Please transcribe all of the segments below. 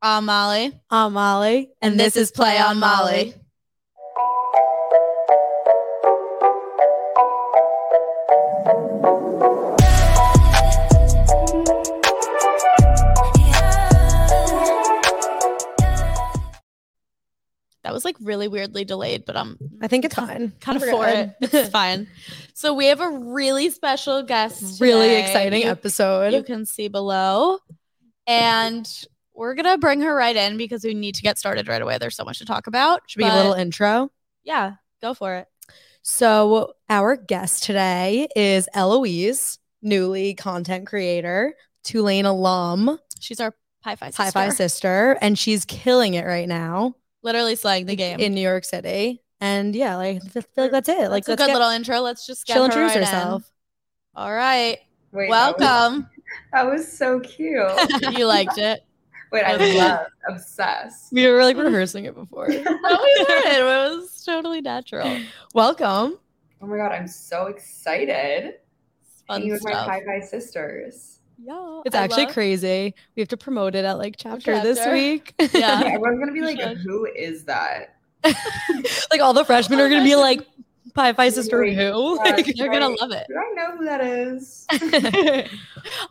I'm Um, Molly, I'm Molly, and this is Play on Molly. That was like really weirdly delayed, but I'm I think it's fine. kind of We're for it. good. It's fine. So we have a really special guest. really today. exciting You episode. you can see below. And we're gonna bring her right in because we need to get started right away. There's so much to talk about. Should we give a but- little intro? yeah, go for it. So our guest today is Eloise, newly content creator, Tulane alum, She's our Pi Phi sister. Hi Fi sister, and she's killing it right now Literally slaying the game. in New York City. And yeah, like I feel like that's it. That's a Like let's good get- little intro. Let's just get she'll her introduce right in. herself. All right. Wait, That Welcome. was, that was so cute. you liked it. Wait, I love obsessed. Oh We were like rehearsing it before. No, we did. It was totally natural. Welcome. Oh my god, I'm so excited. Fun Hanging with my stuff. Pi Phi sisters. yeah, It's I actually love- crazy. We have to promote it at like chapter, this chapter. week. Yeah. Okay, everyone's gonna be You like, should. who is that? like all the freshmen are gonna be like, Pi Phi sister Wait, who? yeah. Like, You're gonna love it. Do I know who that is?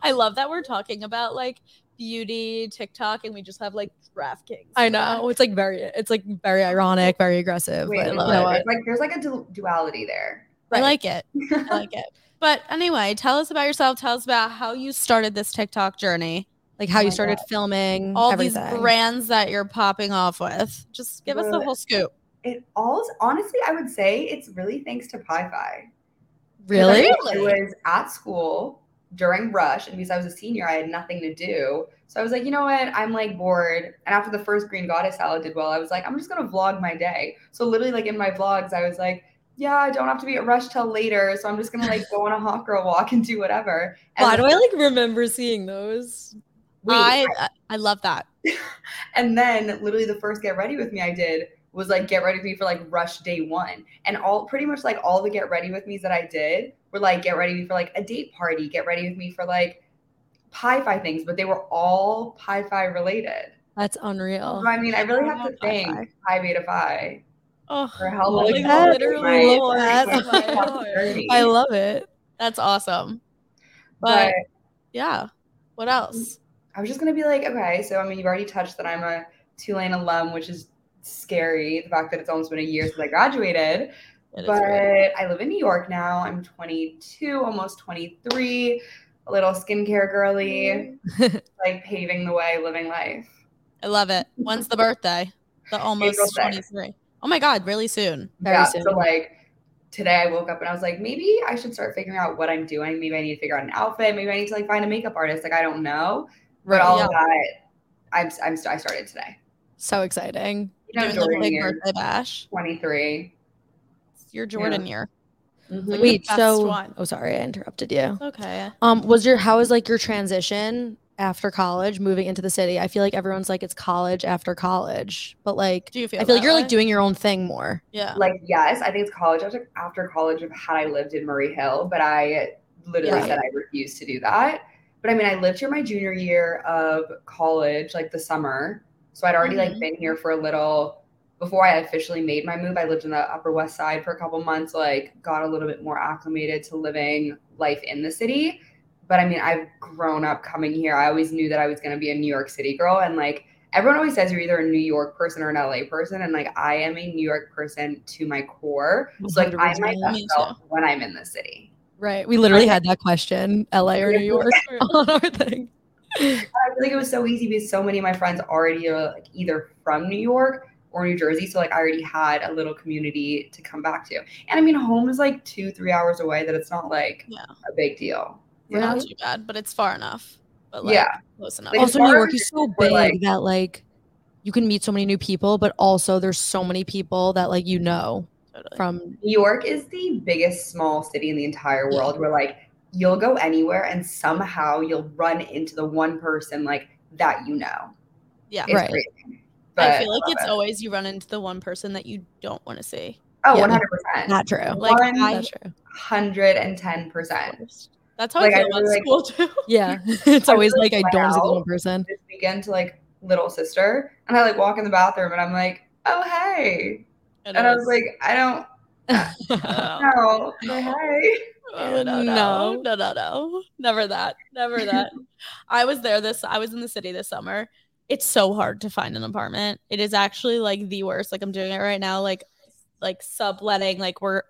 I love that we're talking about like beauty TikTok and we just have like DraftKings. I know. It's like very it's like very ironic, very aggressive. Wait, but I you love know it. what? there's like there's like a du- duality there. I Right. like it. I like it. But anyway, tell us about yourself. Tell us about how you started this TikTok journey. Like how Oh my you started Mm, filming, All everything. these brands that you're popping off with. Just give us the Literally. whole scoop. It all honestly, I would say it's really thanks to Pi Phi. really? I was at school during rush, and because I was a senior, I had nothing to do. So I was like, you know what? I'm like bored. And after the first green goddess salad did well, I was like, I'm just gonna vlog my day. So literally, like in my vlogs, I was like, yeah, I don't have to be at rush till later, so I'm just gonna like go on a hot girl walk and do whatever. And Why do I like remember seeing those? wait, I I love that. And then literally the first get ready with me I did was like get ready with me for like rush day one. And all pretty much like all the get ready with me's that I did were like get ready with me for like a date party, get ready with me for like Pi Fi things, but they were all Pi Fi related. That's So, unreal. I mean, I really I have to love Pi thank Pi Beta Phi Oh, for helping Look me at that. with Literally look my- at that. my journey. I love it. that's awesome. But, But yeah. What else? I was just gonna be like, okay, so I mean, you've already touched that I'm a Tulane alum, which is scary. The fact that it's almost been a year since I graduated. It is but weird. I live in New York now. I'm 22, almost 23, a little skincare girly, like paving the way, living life. I love it. When's the birthday? The almost April 6th. 23. Oh my god, really soon. Very yeah, soon. so like today I woke up and I was like, maybe I should start figuring out what I'm doing. Maybe I need to figure out an outfit. Maybe I need to like find a makeup artist. Like I don't know, but all yeah. of that, I'm, I'm I started today. So exciting. You know, Doing the Jordan big year, birthday bash. 23. It's your Jordan year. Mhm. Like, Wait, best so one. oh sorry, I interrupted you. Okay. Um, was your how was like your transition after college, moving into the city? I feel like everyone's like it's college after college, but like Do you feel I feel like that you're way? like doing your own thing more. Yeah. like yes i think it's college I was like, after college of had i lived in murray hill but i literally Yeah. said i refused to do that but i mean i lived here my junior year of college like the summer so i'd already Mhm. like been here for a little before i officially made my move i lived in the upper west side for a couple months like got a little bit more acclimated to living life in the city but i mean i've grown up coming here i always knew that i was going to be a new york city girl and like everyone always says you're either a New York person or an LA person, and like I am a New York person to my core. So like I'm my 100%. best self when I'm in the city. Right. We literally had that question, LA or New York on our thing. I feel like it was so easy because so many of my friends already are like either from New York or New Jersey, so like I already had a little community to come back to. And I mean, home is like two, three hours away. That it's not like Yeah. a big deal. We're You not know? too bad, but it's far enough. But like, Yeah. close enough. Like, also, far New as York it's is so for, big like- that like you can meet so many new people, but also there's so many people that like you know Totally. from New York is the biggest small city in the entire Yeah. world where like you'll go anywhere and somehow you'll run into the one person like that you know. yeah. It's Right. crazy. I But feel like love it's it. always you run into the one person that you don't want to see. Oh, Yeah. one hundred percent, not true. Like One- I, Not true. hundred and ten percent. that's how Like, I I feel about really, like- school too. Yeah. it's I always really like I don't see the went out. one person. This weekend to like little sister, and I like walk in the bathroom and I'm like, oh hey, and I was like, I don't know, hey. Oh, no, no, no, no, no, never that, never that. I was there this. I was in the city this summer. It's so hard to find an apartment. It is actually like the worst. Like I'm doing it right now. Like, like subletting. Like we're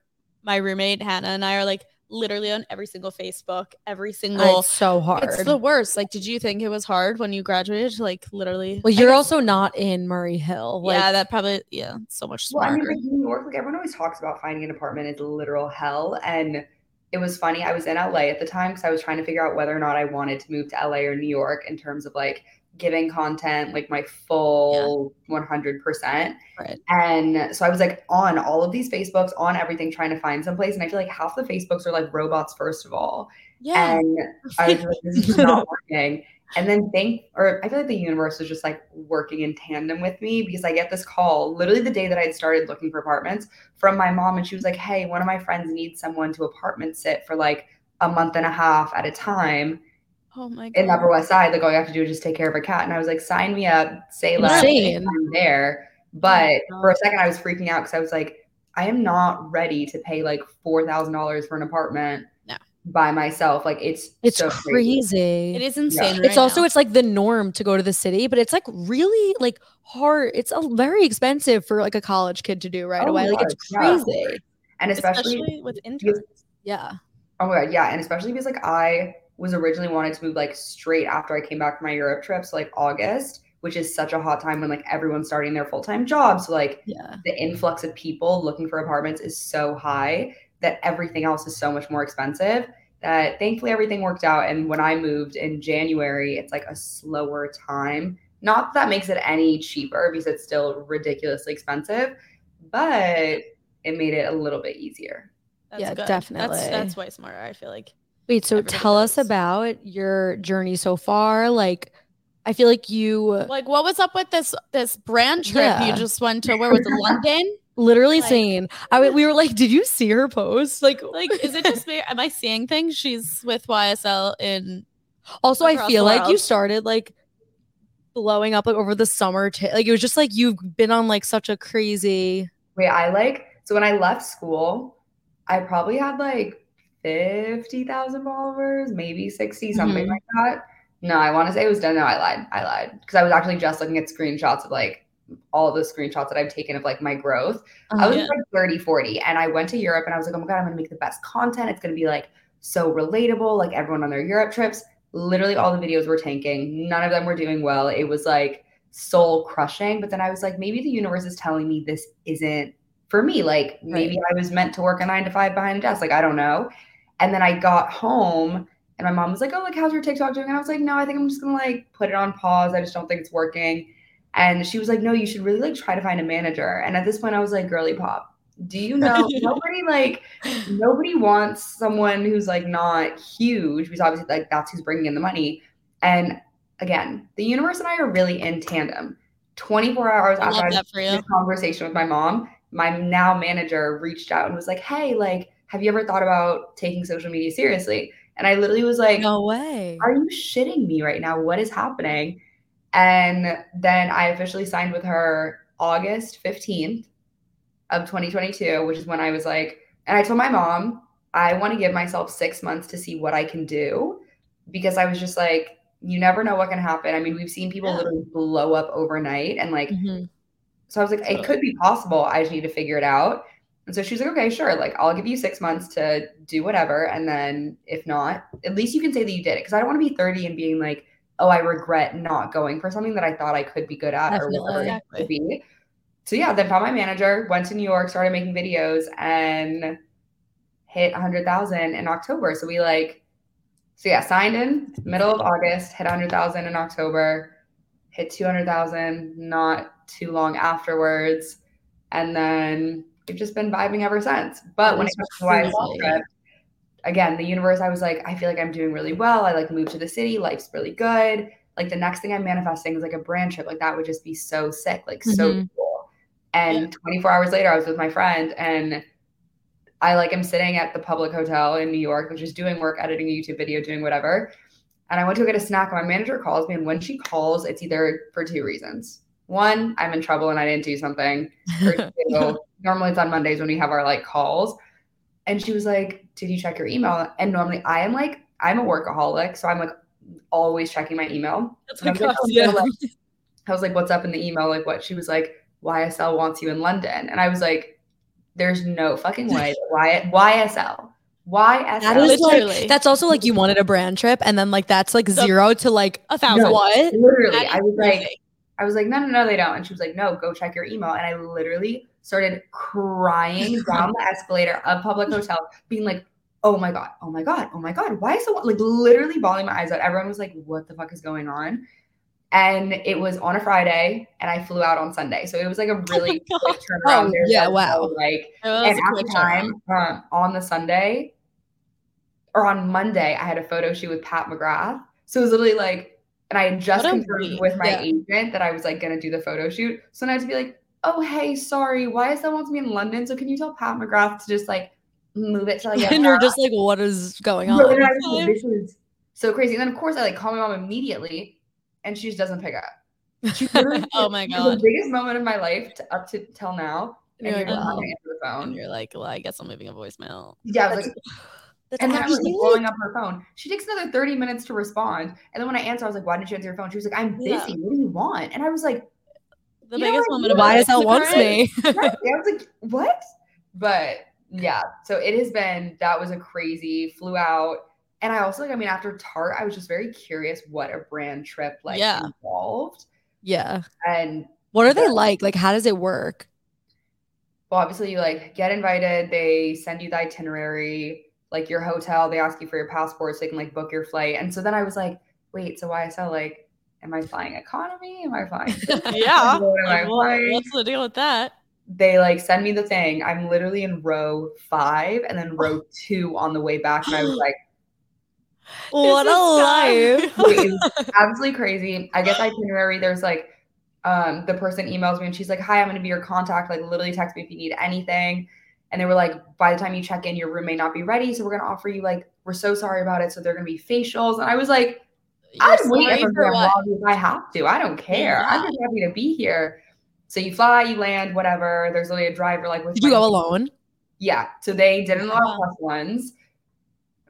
my roommate Hannah and I are like literally on every single Facebook, every single. it's so hard. It's the worst. Like, did you think it was hard when you graduated? to, Like, literally. well, I you're guess- also not in Murray Hill. Like, yeah, that probably. Yeah, so much Well, I smarter. mean, like in New York, like everyone always talks about finding an apartment is literal hell. And it was funny. I was in LA at the time because I was trying to figure out whether or not I wanted to move to LA or New York in terms of like giving content like my full 100%. Right. And so I was like on all of these Facebooks, on everything, trying to find someplace. And I feel like half the Facebooks are like robots, first of all. yeah, And I was like, this is not working. And then thank, or I feel like the universe was just like working in tandem with me because I get this call literally the day that I'd started looking for apartments from my mom. And she was like, Hey, one of my friends needs someone to apartment sit for like a month and a half at a time oh my god. in the Upper West Side. Like, all you have to do is just take care of a cat. And I was like, Sign me up, say less. Insane. I'm there. But my for a second, I was freaking out because I was like, I am not ready to pay like $4,000 for an apartment No. by myself. Like, it's it's so crazy. it is insane. It's right also now. it's like the norm to go to the city, but it's like really like hard. It's a very expensive for like a college kid to do right Oh away. Like my it's God. crazy. and especially, with interns. Yeah. oh my god yeah and especially because like i was originally wanted to move like straight after i came back from my europe trip so like august which is such a hot time when like everyone's starting their full-time jobs so like Yeah. the influx of people looking for apartments is so high that everything else is so much more expensive that thankfully everything worked out and when i moved in january it's like a slower time not that, that makes it any cheaper because it's still ridiculously expensive but it made it a little bit easier That's Yeah, good. That's, definitely. that's way smarter. I feel like. Wait, so Everybody tell us does. about your journey so far. Like I feel like you Like, what was up with this this brand trip you Yeah. just went to? Where was it? London? literally Like- seen. I w- we were like, did you see her post? Like Like, is it just me? Am I seeing things? She's with YSL in. Also, I across feel the like you world. started like blowing up like over the summer. T- like it was just like you've been on like such a crazy. Wait, I like so when I left school, I probably had like fifty thousand followers, maybe sixty, something Mhm. like that. No, I want to say it was done. No, I lied. I lied because I was actually just looking at screenshots of like all the screenshots that I've taken of like my growth. I was Yeah. like 30, 40, and I went to Europe and I was like, oh my God, I'm gonna make the best content. It's gonna be like so relatable, like everyone on their Europe trips. Literally all the videos were tanking, none of them were doing well. It was like soul crushing. But then I was like, maybe the universe is telling me this isn't for me. Like maybe I was meant to work a nine to five behind a desk. Like I don't know. And then I got home and my mom was like, Oh, like how's your TikTok doing? And I was like, No, I think I'm just gonna like put it on pause. I just don't think it's working. And she was like, No, you should really like try to find a manager. And at this point, I was like, Girly pop, do you know nobody like nobody wants someone who's like not huge because obviously like that's who's bringing in the money. And again, the universe and I are really in tandem. 24 hours I after I love that for you. this conversation with my mom, my now manager reached out and was like, "Hey, like, have you ever thought about taking social media seriously?" And I literally was like, No way. "Are you shitting me right now? What is happening?" And then I officially signed with her August 15th of 2022, which is when I was like, and I told my mom, "I want to give myself 6 months to see what I can do." Because I was just like, you never know what can happen. I mean, we've seen people Yeah. literally blow up overnight and like Mhm. so I was like, it could be possible. I just need to figure it out. And so she's like, okay, sure. Like, I'll give you six months to do whatever. And then if not, at least you can say that you did it. Cause I don't want to be 30 and being like, oh, I regret not going for something that I thought I could be good at or whatever Definitely. it could be. So yeah, then found my manager, went to New York, started making videos and hit 100,000 in October. So we like, so yeah, signed in middle of August, hit 100,000 in October, hit 200,000 not too long afterwards. And then we've just been vibing ever since. But That when it is comes to why I crazy. love trip, again, the universe, I was like, I feel like I'm doing really well. I like moved to the city, life's really good. Like the next thing I'm manifesting is like a brand trip. Like that would just be so sick, like so Mhm. cool. And 24 hours later, I was with my friend and I like am sitting at the public hotel in New York, which is doing work, editing a YouTube video, doing whatever. And I went to go get a snack, and my manager calls me. And when she calls, it's either for two reasons. One, I'm in trouble and I didn't do something. Or two, normally it's on Mondays when we have our like calls. And she was like, Did you check your email? And normally I am like, I'm a workaholic. So I'm like always checking my email. That's And I what was, like, comes. oh, Yeah. so, like- I was like, What's up in the email? Like, what? She was like, YSL wants you in London. And I was like, There's no fucking way. Why, YSL? YSL? That is Literally. like that's also like you wanted a brand trip, and then like that's like The- zero to like A thousand. No. what? literally, That is I was like, crazy. I was like, no, no, no, they don't. And she was like, no, go check your email. And I literally started crying down the escalator of public hotel, being like, oh my God, oh my God, oh my God, why is so like literally bawling my eyes out? Everyone was like, what the fuck is going on? And it was on a Friday and I flew out on Sunday. So it was like a really God. quick turnaround. Oh, There's yeah, that wow. whole, Like It was and a at quick the time, um, on the Sunday or on Monday, I had a photo shoot with Pat McGrath. So it was literally like, and I had just What a confirmed week. with my Yeah. agent that I was like going to do the photo shoot. So then I had to be like, oh, hey, sorry, why is that wants me in London? So can you tell Pat McGrath to just like move it to like And you're just like, what is going But on? then I was like, time. this is so crazy. And then of course I like call my mom immediately and she just doesn't pick up. She literally- Oh my it was god. The biggest moment of my life to, up to till now. And You're you're like, just wow. not gonna answer the And phone. you're like, well, I guess I'm leaving a voicemail. Yeah, I was like, That's And then I was actually like blowing up her phone. She takes another 30 minutes to respond. And then when I answer, I was like, why didn't you answer your phone? She was like, I'm busy. Yeah. What do you want? And I was like, The You know biggest what? moment You're of right. my life. YSL The wants current- me. "Right." I was like, what? But yeah, so it has been, that was a crazy, flew out. And I also, like, I mean, after Tarte, I was just very curious what a brand trip like Yeah. involved. Yeah. And What are they Yeah. like? Like, how does it work? well, obviously you like get invited, they send you the itinerary, like your hotel, they ask you for your passport so they can like book your flight. And so then I was like, wait, so YSL, like, am I flying economy? Am I flying? Yeah. What am I Like, what- flying? what's the deal with that? They like send me the thing. I'm literally in row five and then row two on the way back. And I was like, What This a is life. sad. wait, it was absolutely crazy. I get the itinerary. There's like, um, the person emails me and she's like, hi, I'm going to be your contact. Like, literally text me if you need anything. And they were like, by the time you check in, your room may not be ready. So we're going to offer you, like, we're so sorry about it. So they're going to be facials. And I was like, You're I'd wait sorry if I'm for gonna what? vlog if I have to. I don't care. I'm just happy to be here. So you fly, you land, whatever. There's only a driver like with Did you my- go alone? Yeah. So they didn't allow Yeah. plus ones,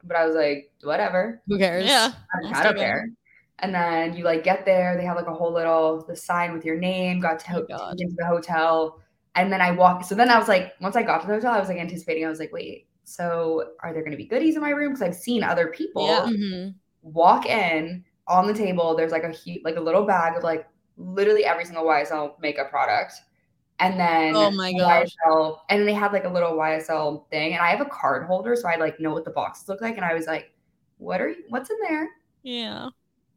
but I was like, whatever. Who cares? Yeah. I, Let's I don't do it. care. And then you like get there. They have like a whole little the sign with your name. Got to Oh, ho- God. into the hotel, and then I walk. So then I was like, once I got to the hotel, I was like anticipating. I was like, wait. So are there going to be goodies in my room? Because I've seen other people Yeah. Mhm. walk in on the table there's like a huge like a little bag of like literally every single ysl makeup product and then Oh my the gosh. YSL, and then they had like a little ysl thing and i have a card holder so i like know what the boxes look like and i was like what are you what's in there Yeah.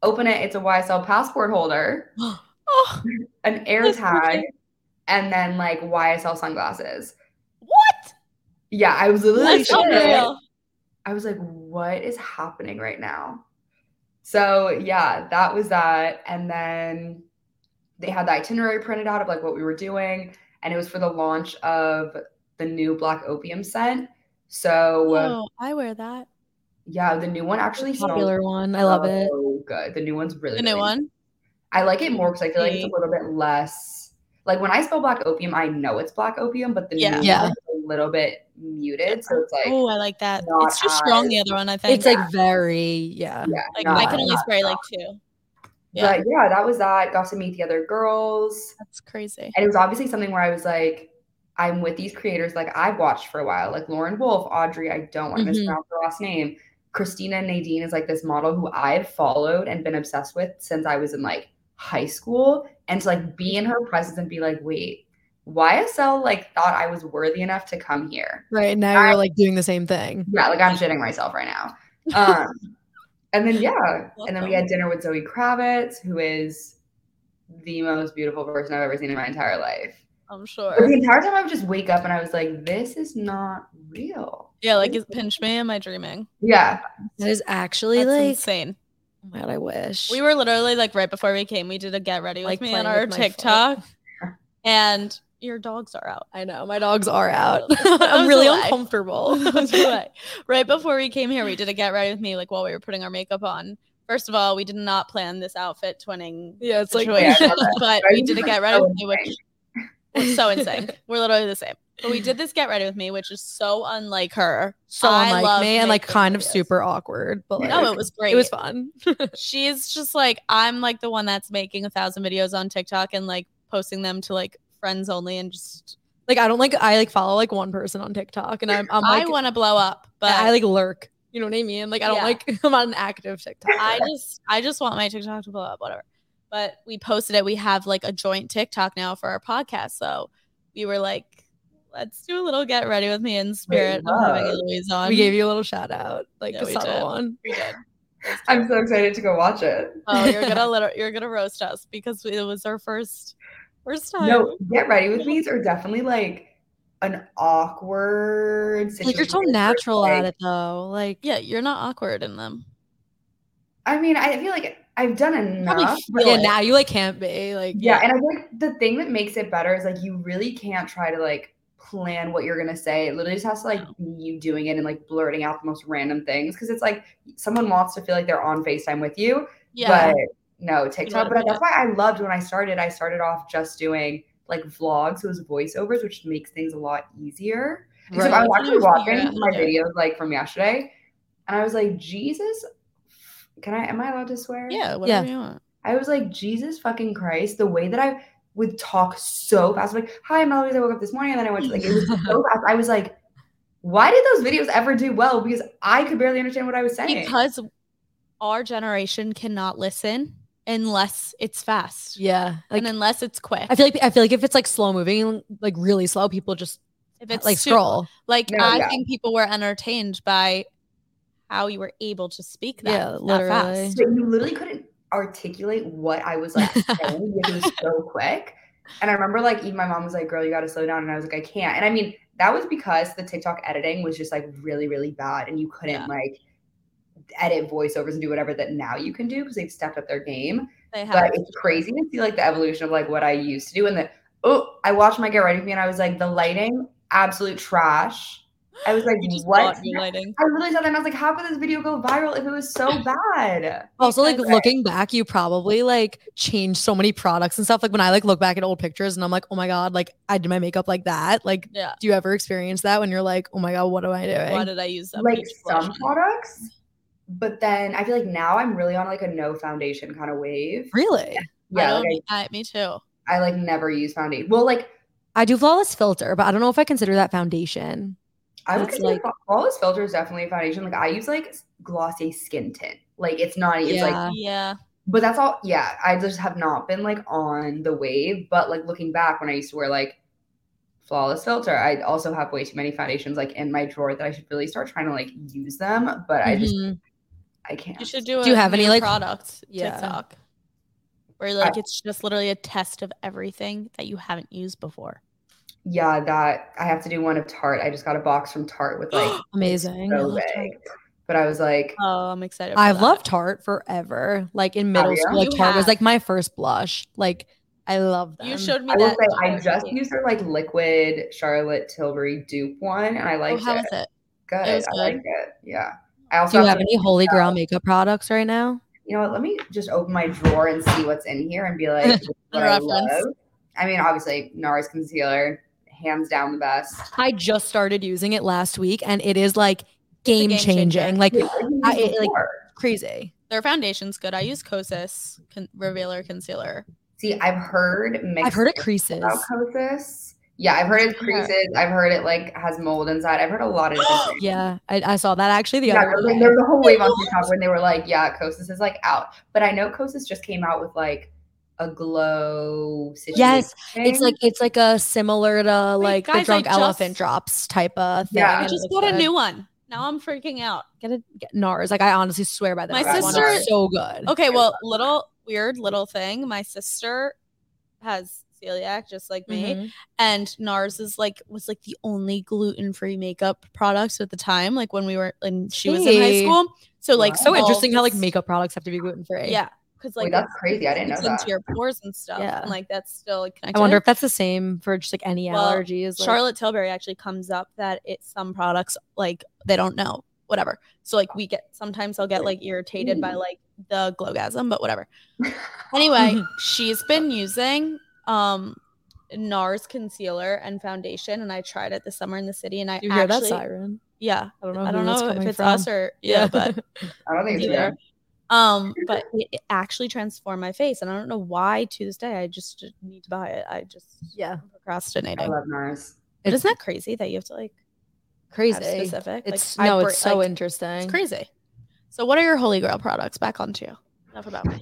open it it's a ysl passport holder Oh, an air That's tag perfect. and then like ysl sunglasses what? yeah i was literally That's sitting there, unreal. I was like, what is happening right now? So yeah, that was that. And then they had the itinerary printed out of like what we were doing. And it was for the launch of the new black opium scent. So uh, Oh, I wear that. yeah, the new one actually smells Popular one. I love it. so good. The new one's really The new really one. I like it more because I feel like it's a Okay. little bit less like when I spell black opium, I know it's black opium, but the Yeah. new Yeah. one's a little bit muted. So it's like Oh, I like that. not It's too strong. The other one, I think. It's like very, yeah. yeah, Like, not- I can only not spray like two. Yeah. But yeah, that was that. Got to meet the other girls. That's crazy. And it was obviously something where I was like, I'm with these creators like I've watched for a while, like Lauren Wolf, Audrey, I don't want to mispronounce her last name. Christina Nadine is like this model who I've followed and been obsessed with since I was in like high school. And to like be in her presence and be like, wait, YSL like thought I was worthy enough to come here. Right now I- you're like doing the same thing. Yeah, like I'm shitting myself right now. Um, and then yeah, and then we had dinner with Zoe Kravitz, who is the most beautiful person I've ever seen in my entire life. I'm But the sure. entire time I would just wake up and I was like, "This is not real." Yeah, like is pinch me? Am I dreaming? Yeah, That is actually That's like, insane. oh my God, I wish. We were literally like right before we came, we did a get ready with Like me on playing our with my foot. TikTok, and your dogs are out. I know. My dogs are out. That was I'm really a lie. uncomfortable. That's right. Right before we came here, we did a get ready with me, like while we were putting our makeup on First of all, we did not plan this outfit twinning, Yeah, it's like situation, Yeah, I love that. but we did a get ready So with me, which we're so in sync. We're literally the same. But we did this get ready with me, which is so unlike her. so I unlike love me and like making kind of videos. super awkward, but like No, it was great. it was fun. she's just like i'm like the one that's making a thousand videos on tiktok and like posting them to like friends only and just Like I don't like I like follow like one person on TikTok and I'm I'm i like I, want to blow up but I I, like lurk. You know what I mean? Like I don't Yeah. like I'm not an active TikTok. just i just want my tiktok to blow up whatever but we posted it we have like a joint tiktok now for our podcast so we were like let's do a little get ready with me in spirit of having love. Eloise on we gave you a little shout out, like Yeah, a we subtle did. one. we did I'm so excited to go watch it. oh you're gonna liter- you're gonna roast us because it was our first first time No, get ready with me's are definitely like an awkward situation. Like you're so where it's natural like- at it though. Like yeah you're not awkward in them I mean, I feel like I've done Probably enough. feel yeah, it. now you like can't be like Yeah, and I think the thing that makes it better is like you really can't try to like plan what you're gonna say. It literally just has to like be you doing it and like blurting out the most random things because it's like someone wants to feel like they're on Facetime with you. yeah But no TikTok. gotta But do that's why I loved when I started. I started off just doing like vlogs, so it was voiceovers, which makes things a lot easier. So Right. I was Like, actually you can figure watching out my how to do it. videos like from yesterday, and I was like, Jesus, can I? Am I allowed to swear? yeah whatever you want I was like, Jesus fucking Christ, the way that I would talk so fast, like, hi, I'm Eloise. I woke up this morning, and then I went to like, it was so fast. I was like, why did those videos ever do well? Because I could barely understand what I was saying. because our generation cannot listen unless it's fast yeah. Like and unless it's quick. I feel like I feel like if it's like slow moving, like really slow, people just if it's like too- scroll. like No, I yeah. think people were entertained by how you were able to speak that, Yeah, that literally. fast. So you literally couldn't articulate what I was like saying because it was so quick. And I remember like even my mom was like, "Girl, you got to slow down," and I was like, "I can't." And I mean, that was because the TikTok editing was just like really, really bad, and you couldn't Yeah. like edit voiceovers and do whatever that now you can do because they've stepped up their game. They have But it's crazy to see like the evolution of like what I used to do. And the oh, I watched my get ready with me, and I was like, the lighting, absolute trash. I was like, you just what? bought new lighting. I literally saw that and I was like, how could this video go viral if it was so bad? Also, like Because- looking back, you probably like changed so many products and stuff. Like when I like look back at old pictures and I'm like, oh my god, like I did my makeup like that. Like, Yeah. do you ever experience that when you're like, oh my god, what am I doing? Why did I use that? like peach blush? some products but then i feel like now i'm really on like a no foundation kind of wave really? I yeah don't, like I- me too. I, I like never use foundation well like I do flawless filter, but I don't know if I consider that foundation. i would That's, consider like- like, flawless filter is definitely a foundation like i use like glossy skin tint like it's not it's like Yeah. yeah. but that's all yeah i just have not been like on the wave but like looking back when i used to wear like flawless filter i also have way too many foundations like in my drawer that i should really start trying to like use them but i just Mhm. i can't You should do. Do you a have any, new like- product Yeah. TikTok? Where like it's just literally a test of everything that you haven't used before. Yeah, that I have to do one of Tarte. I just got a box from Tarte with like amazing. I so love Tarte. big. But I was like, Oh, I'm excited. for I've that. loved Tarte forever. Like in middle yeah? school, like You Tarte was have. like my first blush. Like Oh, I love them. You showed me I will that. say I Tarte. just used their like liquid Charlotte Tilbury dupe one and I Oh, liked how it. is it? Good. It was I good. liked it. Yeah. I also Do you have have to- any holy grail makeup products right now? you know what, let me just open my drawer and see what's in here and be like this is what I Reference. love. I mean, obviously NARS concealer, hands down the best. I just started using it last week and it is like game, game changing. changer. Like Wait, what did you I- use it, like- before? crazy. Their foundation's good. I use Kosas con- Revealer Concealer. See, I've heard mixed I've heard it creases. about Kosas. Yeah, I've heard it Yeah. creases. I've heard it like has mold inside. I've heard a lot of different things. Yeah, I, I saw that actually the Yeah, other there was, like, there was a whole wave on TikTok when they were like, "Yeah, Kosas is like out," but I know Kosas just came out with like a glow situation. Yes, It's like it's like a similar to Wait, like guys, the I drunk just- elephant drops type of thing. Yeah. I I and it just looks got a good. new one. Now I'm freaking out. get a get NARS. Like I honestly swear by that. My that one is sister- so good. Okay, well, little weird little thing. My sister has celiac, just like me, Mhm. and NARS is like was like the only gluten free makeup products at the time, like when we were and she was in high Hey. school. So like Wow. So all interesting how like this- makeup products have to be gluten free. Yeah, because like Wait, that's crazy. I didn't know it's into that. your pores and stuff, Yeah. and like that's still like, connected. I wonder if that's the same for just like any Well, allergies. Like, Charlotte Tilbury actually comes up that it's some products like they don't know whatever. So like we get sometimes I'll get like irritated by like the glowgasm, but whatever. Anyway, she's been using um NARS concealer and foundation, and I tried it this summer in the city, and I You hear actually that siren? yeah I don't know. I who don't that's know if coming it's from. us or yeah, but I don't think it's Either. real. um, but it, it actually transformed my face, and I don't know why to this day. I just need to buy it. I just yeah, am procrastinating. I love NARS. but isn't that crazy that you have to like have crazy. specific? It's like, I no, bra- it's so like, interesting. It's crazy. So, what are your holy grail products? Back onto you. Enough about me.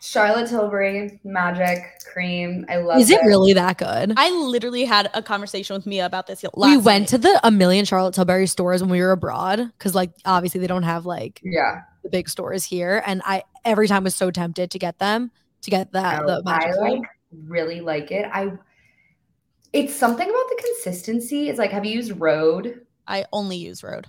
Charlotte Tilbury Magic Cream. I love Is it really that good? I literally had a conversation with Mia about this last. we went to the a million Charlotte Tilbury stores when we were abroad because like obviously they don't have like Yeah. the big stores here, and I every time was so tempted to get them to get that. I- the Oh, I magic like one. really like it. I it's something about the consistency. It's like have you used Road? I only use Road.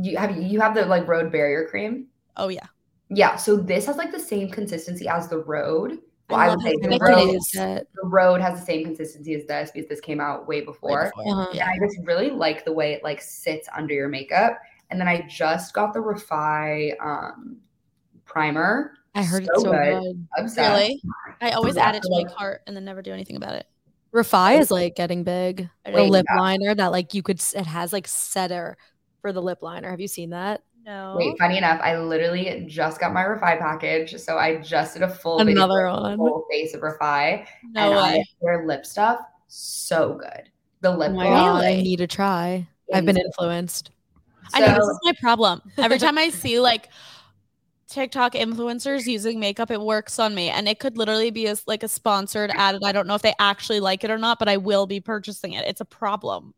You have you have the like Road barrier cream? Oh yeah, Yeah, so this has like the same consistency as the Road. Well, I I, love would say how the connected road, it is it? the road has the same consistency as this because this came out way way before. before. Uh-huh. Yeah. I just really like the way it like sits under your makeup. And then I just got the Refi um, primer. I heard it's So so good. good. Obsessed. Really? I always add it to my Exactly. cart and then never do anything about it. Refi is like getting big. I The don't Wait. lip liner that like you could s- it has like setter for the lip liner. Have you seen that? know. Wait, funny enough, I literally just got my Refi package, so I just did a full video Another of the one. full face of Refi, no and way. I, their lip stuff so good. The lip Oh my balm god, I Really? need to try. is- I've been influenced. I know this so- is my problem. Every time I see like TikTok influencers using makeup, it works on me, and it could literally be as like a sponsored ad. And I don't know if they actually like it or not, but I will be purchasing it. It's a problem.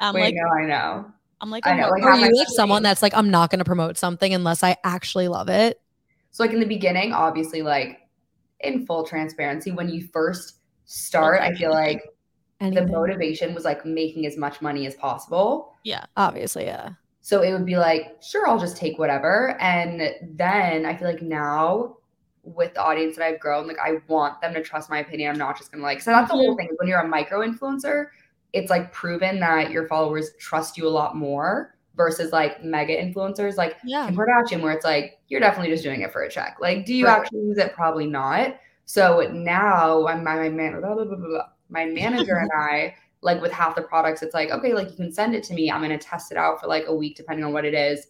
I'm Wait, like, no, I know. I'm like, I I'm know, not- like, Are how you much like do someone you- that's like, I'm not going to promote something unless I actually love it? So like in the beginning, obviously, like in full transparency, when you first start, I feel like the Anything. Mm-hmm. motivation was like making as much money as possible. Obviously, yeah. So it would be like, sure, I'll just take whatever. And then I feel like now with the audience that I've grown, like I want them to trust my opinion. I'm not just gonna like so that's the whole thing. When you're a micro influencer, it's like proven that your followers trust you a lot more versus like mega influencers like yeah. Kim Kardashian, where it's like, you're definitely just doing it for a check. Like, do you Right. actually use it? Probably not. So now I'm my, my man, blah, blah, blah, blah, blah. my manager and I, like with half the products, it's like, okay, like you can send it to me. I'm gonna test it out for like a week, depending on what it is.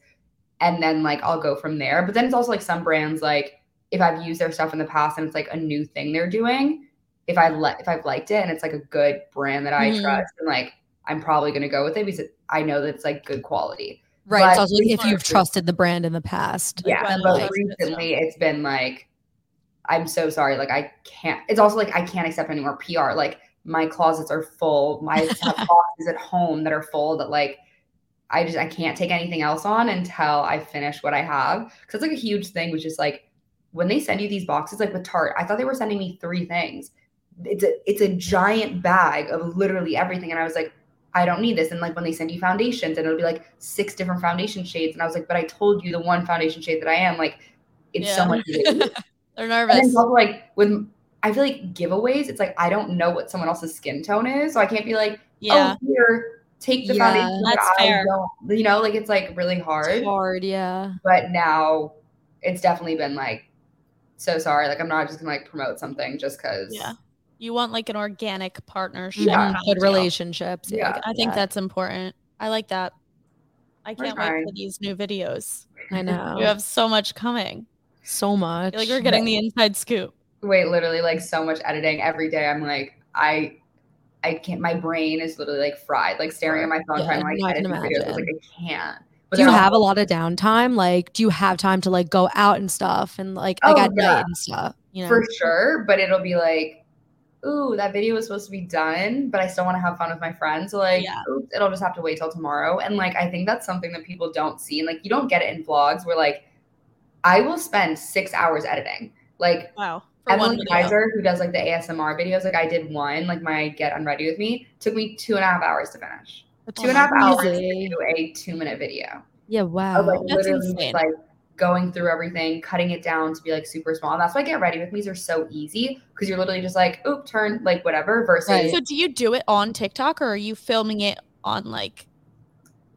And then like I'll go from there. But then it's also like some brands, like if I've used their stuff in the past and it's like a new thing they're doing, if I li- if I've liked it and it's like a good brand that I Mhm. trust and like I'm probably gonna go with it because I know that it's like good quality. Right. it's But also like if recently- you've trusted the brand in the past. like, yeah when but life gets recently it's been like i'm so sorry like i can't it's also like i can't accept any more pr like my closets are full my I have boxes at home that are full that like i just i can't take anything else on until i finish what i have because like a huge thing which is like when they send you these boxes like with tart i thought they were sending me three things it's a it's a giant bag of literally everything and i was like I don't need this. And like when they send you foundations, and it'll be like six different foundation shades. And I was like, but I told you the one foundation shade that I am. Like, it's so Yeah. much easier. to use. They're and then nervous. it's also like with I feel like giveaways, it's like I don't know what someone else's skin tone is, so I can't be like, Yeah. oh here, take the Yeah, foundation. that that's I fair. don't, you know, like it's like really hard. It's hard. Yeah. But now it's definitely been like, so sorry, like I'm not just gonna like promote something just because. Yeah. You want like an organic partnership. Yeah. kind And of Mm-hmm. Good deal. relationships. Yeah. get I think that. that's important. I like that. I We're Oh. can't wait trying. for these new videos. I know. You have so much coming. So I much. feel like we're getting the inside scoop. Wait, literally like so much editing every day. I'm like, I, I can't. My brain is literally like fried, like staring at my phone Yeah, trying to like no, I edit can these videos. I was like, imagine. I can't. do you then I'll- have a lot of downtime? Like, do you have time to like go out and stuff and like like Oh, at yeah. night and stuff? You know, for sure? But it'll be like, ooh, that video was supposed to be done, but I still want to have fun with my friends. So like, Yeah. oops, it'll just have to wait till tomorrow. And like, I think that's something that people don't see, and like, you don't get it in vlogs where like, I will spend six hours editing, like. Wow. For one Emily video. Kaiser, who does like the ASMR videos, like I did one, like my Get Unready with Me, took me two and a half hours to finish. Two and a half hours to Crazy. do a two minute video. yeah. Of like Wow. Oh, That's literally just, insane. like going through everything, cutting it down to be like super small. And that's why Get Ready with Me's are so easy because you're literally just like, oop, turn, like whatever, versus Right. So do you do it on TikTok or are you filming it on like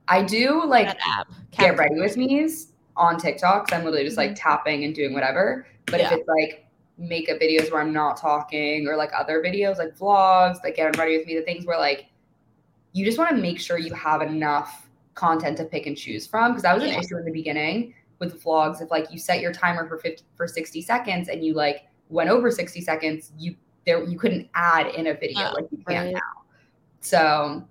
I do like that app. get Captain. Mm-hmm. ready with me's on TikTok. So I'm literally just like tapping and doing whatever. But Yeah. if it's like makeup videos where I'm not talking or like other videos, like vlogs, like getting ready with me, the things where like you just want to make sure you have enough content to pick and choose from. Cause that was Yeah. an issue in the beginning with vlogs. If like you set your timer for 50 for 60 seconds and you like went over 60 seconds, you there you couldn't add in a video. Oh, like you can't Right. so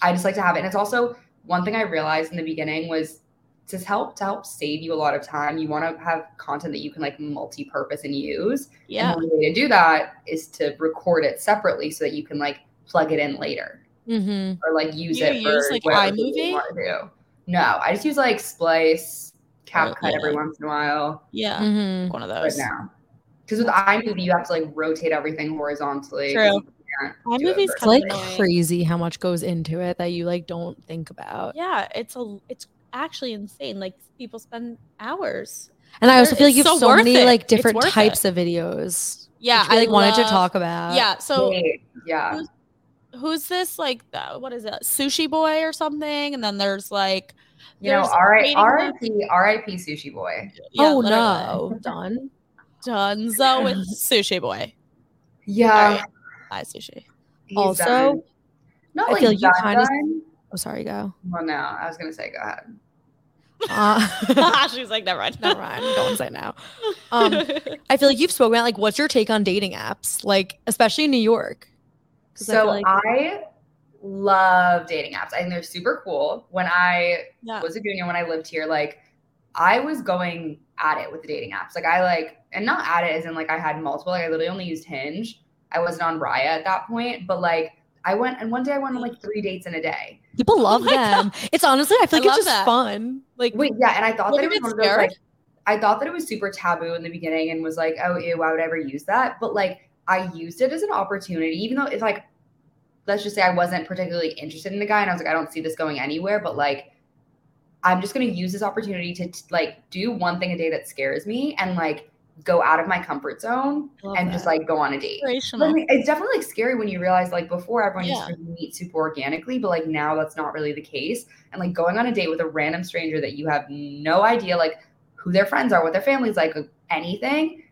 I just like to have it. And it's also one thing I realized in the beginning was to help to help save you a lot of time. You want to have content that you can like multi-purpose and use. Yeah. And the only way to do that is to record it separately so that you can like plug it in later Mm-hmm. or like use You it for use, like, whatever you iMovie? Oh, wanna do. No, I just use like Splice, CapCut yeah. every once in a while. Yeah. Mm-hmm. One of But those. no. Because with iMovie, you have to like rotate everything horizontally. True. Yeah. iMovie's It's It's kind like of annoying. crazy how much goes into it that you like don't think about. Yeah, it's a it's actually insane. Like people spend hours. And I also Sure, feel like it's you have so so worth many it. like It's different worth it. types of videos. Yeah, which we, like wanted to love- talk about. Yeah, so Wait, yeah. who's this like the, what is it sushi boy or something and then there's like You know, there's all right, creating RIP, RIP Sushi Boy. yeah, oh literally. no, done. Dunzo with sushi boy Yeah. Alright. hi sushi he's Also, done. not I like feel you done, kinda- done. Oh, sorry, go. Well, no, I was gonna say go ahead. Uh, she's like never mind never mind. Don't say now. Um, I feel like you've spoken about like what's your take on dating apps, like especially in New York. 'Cause I So feel I, like- love dating apps. I think they're super cool. When I Uh yeah was a junior, when I lived here, like I was going at it with the dating apps. Like I like, and not at it as in like I had multiple. Like I literally only used Hinge. I wasn't on Raya at that point, but like I went and one day I went on like three dates in a day. People love Oh my them. It's honestly, I feel I like love it's just that. fun. Like Wait, yeah, and I thought Well, that they it was get one of those, scared. like, I thought that it was super taboo in the beginning and was like, oh, ew, why would I ever use that? But like, I used it as an opportunity, even though it's like, let's just say I wasn't particularly interested in the guy, and I was like, I don't see this going anywhere. But like, I'm just gonna use this opportunity to t- like do one thing a day that scares me and like go out of my comfort zone love and just that. like go on a date. But I inspirational mean, it's definitely like scary when you realize like before everyone Yeah. used to meet super organically, but like now that's not really the case. And like going on a date with a random stranger that you have no idea like who their friends are, what their families like, anything,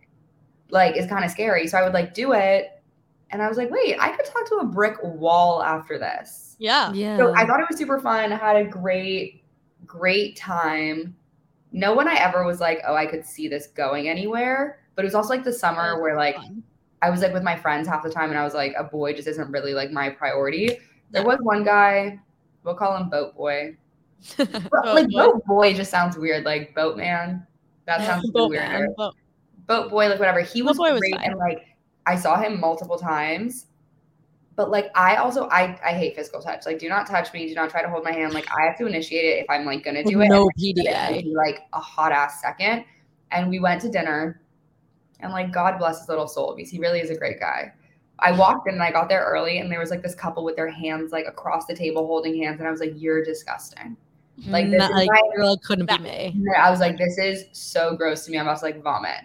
like is kind of scary. So I would like do it, and I was like, wait, I could talk to a brick wall after this. yeah yeah. So I thought it was super fun. I had a great, great time. No one I ever was like, oh, I could see this going anywhere. But it was also like the summer where like Fun. I was like with my friends half the time, and I was like, a boy just isn't really like my priority. Yeah. There was one guy, we'll call him Boat Boy. But, Boat like boy. Boat Boy just sounds weird, like Boatman. That sounds Boat weirder. man, boat- Boat Boy, like whatever. He Boat was Boy was great, fine. and like I saw him multiple times. But like I also I I hate physical touch. Like do not touch me. Do not try to hold my hand. Like I have to initiate it if I'm like gonna do it. no And it would PDA. be, like a hot ass second. And we went to dinner, and like God bless his little soul because he really is a great guy. I walked in and I got there early, and there was like this couple with their hands like across the table holding hands, and I was like, "You're disgusting." Like this Not- is like, my you're like, couldn't That- be me. and I was like, this is so gross to me. I'm about to like vomit.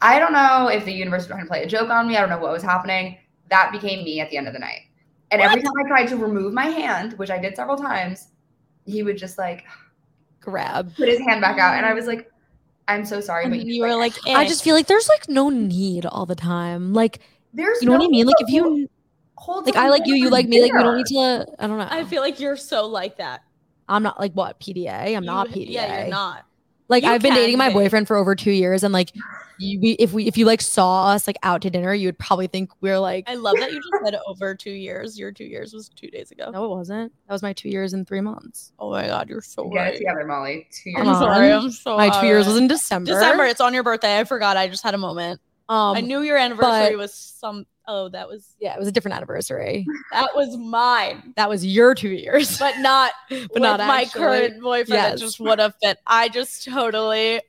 I don't know if the universe was trying to play a joke on me. I don't know what was happening. That became me at the end of the night. And every time I tried to remove my hand, which I did several times, he would just like Grab. put his hand back out. And I was like, I'm so sorry, and but then you were like I eh. just feel like there's like no need all the time. Like there's you know what no I mean? Like if hold- you hold like I like you, you someone like me, like we don't there. need to. I don't know. I feel like you're so like that I'm not like what PDA. I'm not You- PDA. yeah you're not Like You I've been can dating my be. boyfriend for over two years, and like you, we, if we if you like saw us like out to dinner, you would probably think we're like I love that you just said over two years your two years was two days ago no, it wasn't. That was my two years and three months. oh my god you're so Get it right together, Molly. Two years. I'm Come sorry on. I'm so My two years out of was it. in December. Oh, uh, December. It's on your birthday. I forgot. I just had a moment. Um, I knew your anniversary but- was some. Oh, that was yeah, it was a different anniversary. that was mine, That was your two years, but not but with not my actually. current boyfriend. Yes. That just would have fit. I just totally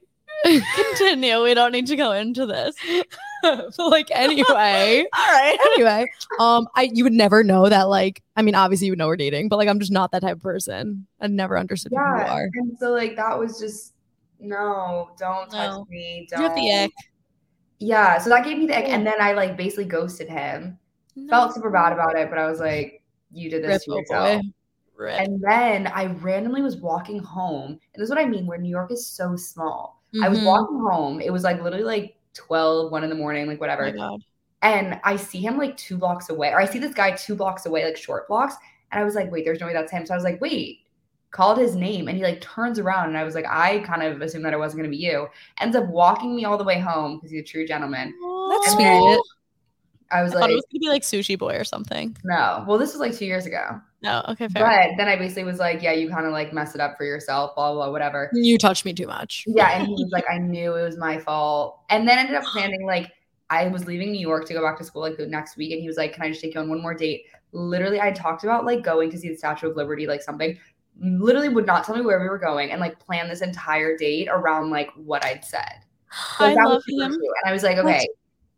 continue. We don't need to go into this. But, like anyway, All right. anyway, um, I you would never know that. Like, I mean, obviously you would know we're dating, but like I'm just not that type of person. I never understood who you Yeah. are. And so like that was just no, don't No. touch me. You Don't. got the ick. Yeah, so that gave me the ick, and then I like Oh basically ghosted him. Felt super bad about it, but I was like, "You did this Rip, to oh boy. yourself." Rip. And then I randomly was walking home. And this is what I mean, where New York is so small. I was Mm-hmm. Mhm. walking home. It was like literally like 12, 1 in the morning, Oh like my whatever. God. and I see him like two blocks away, or I see this guy two blocks away, like short blocks. And I was like, wait, there's no way that's him. So I was like, wait, called his name. And he like turns around. And I was like, I kind of assumed that it wasn't going to be you. Ends up walking me all the way home because he's a true gentleman. That's Aw. sweet. I was I thought like, it was gonna be like Sushi Boy or something. no. Well, this was like two years ago. No, okay, fair. But then I basically was like, yeah, you kind of like mess it up for yourself, blah, blah, blah, whatever. You touched me too much. Yeah, and he was like, I knew it was my fault. And then ended up planning like I was leaving New York to go back to school like the next week, and he was like, "Can I just take you on one more date?" Literally, I talked about like going to see the Statue of Liberty, like something. Literally, would not tell me where we were going, and like plan this entire date around like what I'd said. So I that was love super him. cute. And I was like, That's- okay.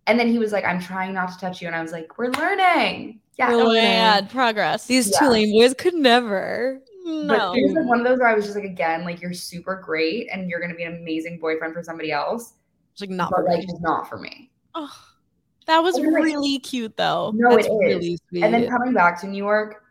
And then he was like, "I'm trying not to touch you," and I was like, "We're learning." Yeah. We're okay. glad. progress. These Yeah. two lame boys could never. no. But it was like one of those where I was just like, again, like you're super great, and you're gonna be an amazing boyfriend for somebody else, It's like not but for like me. just not for me. Oh, that was And then, like- really cute though. No, Oh, That's it is. really sweet. And then coming back to New York,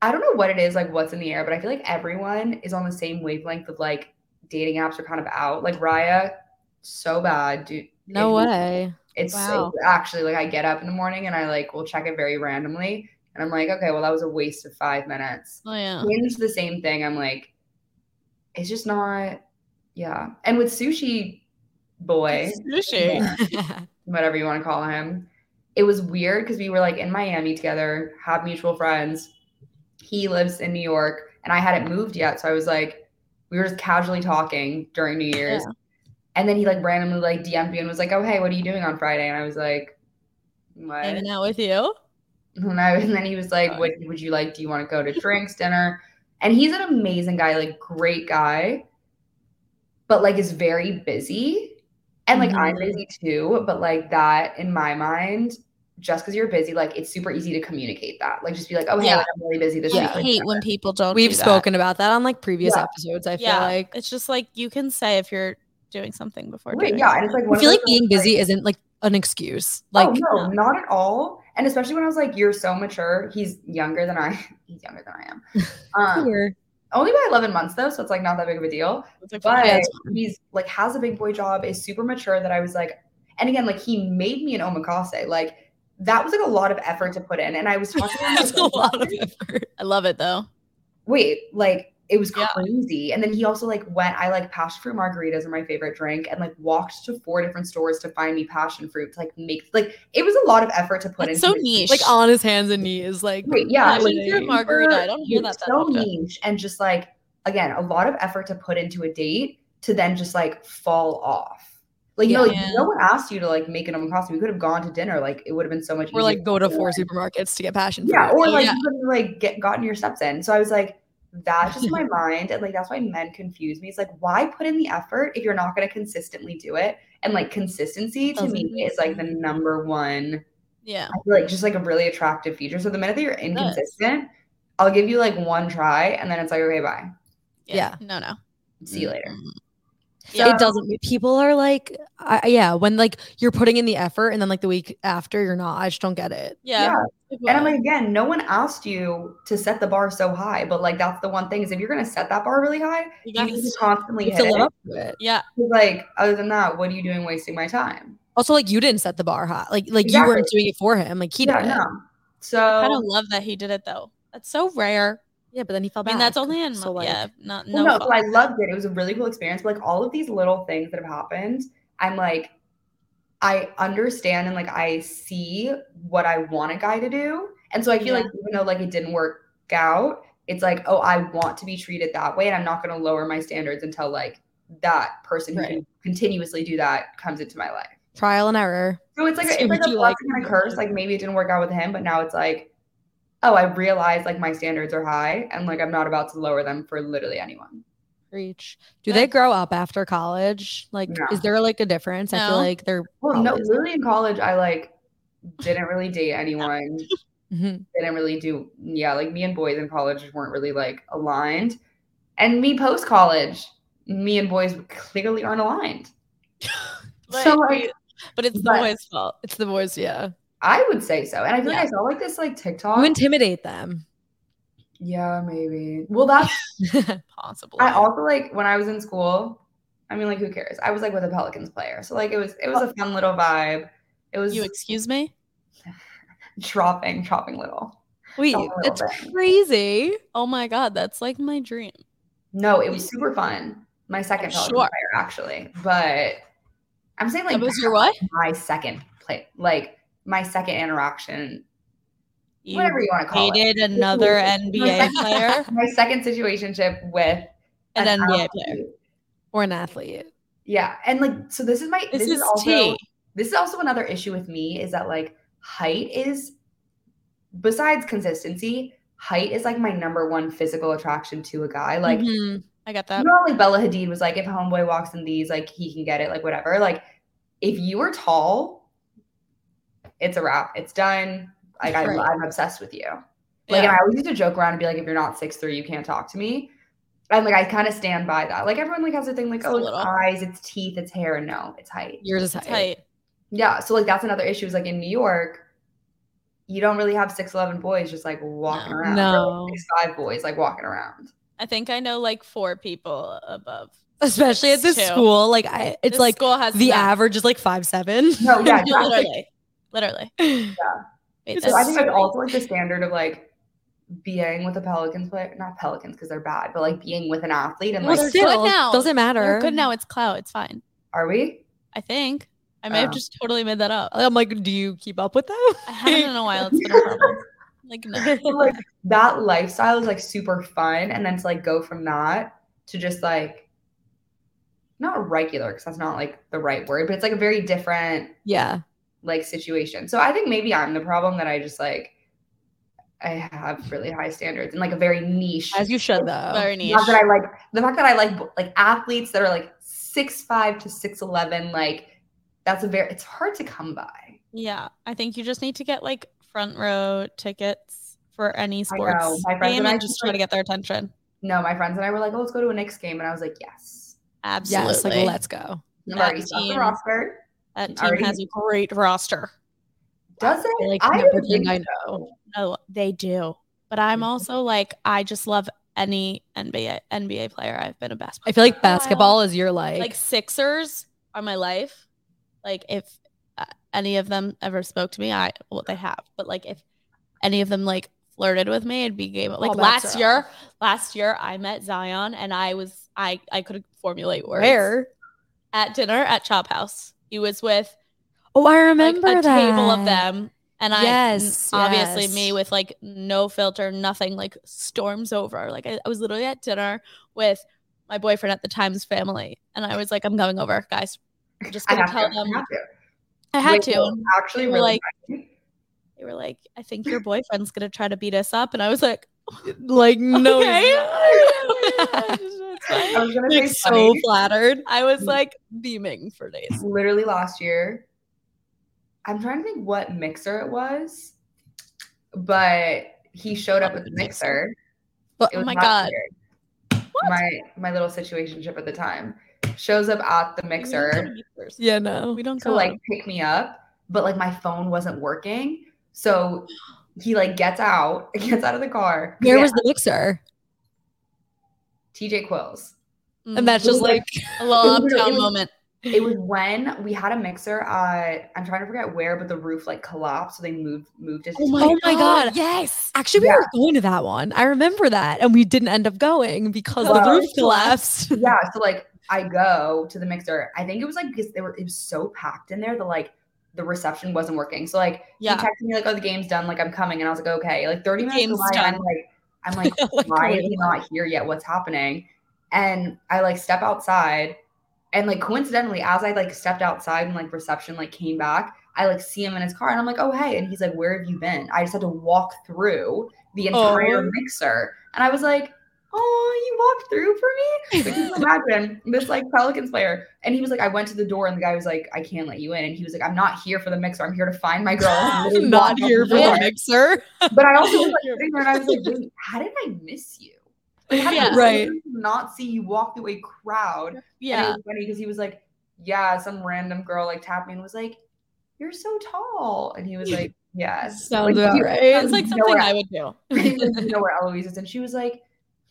I don't know what it is, like what's in the air, but I feel like everyone is on the same wavelength of like dating apps are kind of out. Like Raya, so bad, dude. no It- way. It's, Wow. it's actually like I get up in the morning and I like will check it very randomly. And I'm like, okay, well, that was a waste of five minutes. Oh yeah. Hinge the same thing. I'm like, it's just not, yeah. And with Sushi Boy, Sushi. Yeah. whatever you want to call him. It was weird because we were like in Miami together, have mutual friends. He lives in New York and I hadn't moved yet. So I was like, we were just casually talking during New Year's. And then he like randomly like DM'd me and was like, oh, hey, what are you doing on Friday? And I was like, what? And, Hanging out with you. I, and then he was like, what would you like? Do you want to go to drinks, dinner? And he's an amazing guy, like great guy, but like is very busy. And like I'm Mhm. busy too, but like that in my mind, just because you're busy, like it's super easy to communicate that. Like just be like, oh hey, Yeah. like, I'm really busy this I week. hate when people don't. We've do that. spoken about that on like previous Yeah. episodes. I feel yeah, like it's just like you can say if you're doing something before. Wait, doing yeah, and it's like one I of feel those like being busy isn't like an excuse. Like oh, no, not at all. And especially when I was like, you're so mature. He's younger than I. He's younger than I am. Um, Sure. only by 11 months though, so it's like not that big of a deal. It's like, But yeah, it's- he's like has a big boy job, is super mature. That I was like, and again, like he made me an omakase. Like that was like a lot of effort to put in, and I was talking. to him, that's like, a lot of effort. I love it though. wait, like it was Yeah. crazy. And then he also like went, I like passion fruit margaritas are my favorite drink, and like walked to four different stores to find me passion fruit to like make like it was a lot of effort to put That's so into it. niche. Like on his hands and knees. Like Wait, yeah, Passion fruit margarita, I don't hear it's that that so often. niche and just like again, a lot of effort to put into a date to then just like fall off. Like you know, Yeah. like, no one asked you to like make an omakase. We could have gone to dinner. Like it would have been so much or easier. like go to four supermarkets to get passion. Yeah, fruit. or like Yeah. you couldn't like get gotten your steps in. So I was like, that's just my mind, and like that's why men confuse me. It's like, why put in the effort if you're not going to consistently do it? And like consistency to Doesn't me is like the number one, Yeah, I feel like just like a really attractive feature. So the minute that you're does. inconsistent, I'll give you like one try, and then it's like, okay, bye, yeah. No, no. see you later. Mm. Yeah. it doesn't. People are like, I, I- yeah, when like you're putting in the effort and then like the week after you're not. I just don't get it. Yeah. And I'm like, again, no one asked you to set the bar so high, but like that's the one thing is if you're going to set that bar really high, You you gotta- need to constantly You have to hit live it. up to it. yeah, 'Cause, Like other than that, what are you doing wasting my time? Also, like you didn't set the bar high. Like like you Exactly. weren't doing it for him. Like he yeah, did. it. no. I kind of So love that he did it though. That's so rare. Yeah, but then he fell I back. mean, that's only in So, like- yeah, not well, no. no, fault. so I loved it. It was a really cool experience. But like all of these little things that have happened, I'm like, I understand and like I see what I want a guy to do. And so I feel Yeah. like even though like it didn't work out, it's like, oh, I want to be treated that way. And I'm not gonna lower my standards until like that person who can continuously do that comes into my life. Trial and error. So it's like a, So it's like would a you like- blessing and a curse. Like maybe it didn't work out with him, but now it's like, oh, I realize like my standards are high, and like I'm not about to lower them for literally anyone. Reach. Do they That's- grow up after college? Like, No. is there like a difference? I No. feel like they're Well, no, Probably so. literally in college, I like didn't really date anyone. Mm-hmm. Mhm. didn't really do yeah, like me and boys in college weren't really like aligned, and me post college, me and boys clearly aren't aligned. But, so, like- but it's the but- boy's fault. it's the boys. Yeah, I would say so, and I feel Yeah. like I saw like this like TikTok. you intimidate them. Yeah, maybe. Well, that's Possibly. I also like when I was in school. I mean, like, who cares? I was like with a Pelicans player, so like it was it was a fun little vibe. It was you excuse me? dropping, dropping little. Wait, a little that's bit. crazy. Oh my god, that's like my dream. No, it was super fun. My second Pelicans sure. player, actually, but I'm saying like That was your what? my second play, like my second interaction, You whatever you want to call dated another Ooh. NBA player, it. My second situationship with an NBA athlete. player, or an athlete. Yeah, and like so, this is my This is also tea. this is also another issue with me is that like height is besides consistency, height is like my number one physical attraction to a guy. Like Mhm. I got you that. know, like Bella Hadid was like, if homeboy walks in these, like he can get it, like whatever. Like if you are tall, it's a wrap. It's done. Like I, Right. I'm obsessed with you. Like and Yeah. I always used to joke around and be like, if you're not six three, you can't talk to me. And like I kind of stand by that. Like everyone like has a thing like, It's a oh, it's little. eyes, it's teeth, it's hair. No, it's height. Yours is height. Tight. Yeah. So like that's another issue is like in New York, you don't really have six eleven boys just like walking No. around. No. Six five boys like walking around. I think I know like four people above. Especially at this Too. school. Like I it's This like school has the that. average is like five seven. No, Oh, yeah, exactly. literally, literally. Wait, It's So I that's- think that's also like the standard of like being with a Pelicans player, not Pelicans because they're bad, but like being with an athlete and Well, like, they're still, good now. doesn't matter. They're good now. It's clout. It's fine. are we? I think I may Oh. have just totally made that up. I'm like, do you keep up with them? I haven't in a while. It's been a problem. Like no. But, like that lifestyle is like super fun, and then to like go from that to just like not regular because that's not like the right word, but it's like a very different Yeah. like situation. So I think maybe I'm the problem that I just like I have really high standards and like a very niche. As you should though. Very The niche. fact Oh. that I like the fact that I like like athletes that are like six five to six eleven, like that's a very it's hard to come by. Yeah, I think you just need to get like front row tickets for any I know. sports My friends game and I and just, just try like- to get their attention. No, my friends and I were like, oh, let's go to a Knicks game, and I was like, yes, Absolutely. Yes, like let's go. I'm That already on the team- roster. that team already- has a great roster. Does it? Like I never didn't did think I so. know. No, Oh, they do. But Mm-hmm. I'm also like I just love any NBA NBA player. I've been a basketball. I feel like for a while. basketball is your life. like Sixers are my life. Like if uh, any of them ever spoke to me, I well they have, but like if any of them like flirted with me, it'd be game. Like All bets last are year, off. last year I met Zion and I was I I could formulate words where? at dinner at Chop House. He was with Oh, I like, remember a that. table of them. And I, Yes, obviously yes. me with like no filter, nothing, like storms over. Like I, I was literally at dinner with my boyfriend at the time's family, and I was like, "I'm going over, guys. I'm just I gonna have to. tell I them." have to. I had Wait, to. no, And Actually, They were really like- funny. they were like, "I think your boyfriend's gonna try to beat us up," and I was like, Like no. "Okay." It's I fine. was gonna say Like so funny. flattered. I was like beaming for days. literally last year. I'm trying to think what mixer it was, but he showed up with the mixer. But- It oh was my last God. year. What? My my little situationship at the time shows up at the We don't go to mixer mixers. Yeah, no. We don't to go. like pick me up, but like my phone wasn't working. So he like gets out, gets out of the car. 'cause Where yeah, was the mixer? TJ Quills? Mm. And that's just like a little It was- it uptown was- moment. It was when we had a mixer at I'm trying to forget where, but the roof like collapsed, so they moved moved it. to Oh my Oh my God, god. Yes. Actually, we were going to that one. I remember that. And we didn't end up going because the Well, roof collapsed. yeah so like i go to the mixer i think it was like because they were it was so packed in there that like the reception wasn't working so like Yeah. he texted me like oh the game's done like i'm coming and i was like okay like 30 minutes game's go by, and i'm like i'm like Like, why is wait. he not here yet what's happening and i like step outside and like coincidentally as i like stepped outside and like reception like came back i like see him in his car and i'm like oh hey and he's like where have you been i just had to walk through the entire Oh. mixer and i was like oh you walked through for me like, can you imagine this like Pelicans player? And he was like, I went to the door and the guy was like, I can't let you in. And he was like, I'm not here for the mixer. I'm here to find my girl. And he literally not walked out here the for the door. mixer. But I also was like sitting there and I was like, wait, how did I miss you? Like, how did Yeah. I Right. not see you walk through a crowd? And Yeah. it was funny because he was like, yeah, some random girl like tapped me and was like, you're so tall. And he was like, Yes. Sounds Like, about you- right. It's like something nowhere- I would do. you know where Eloise is, and she was like,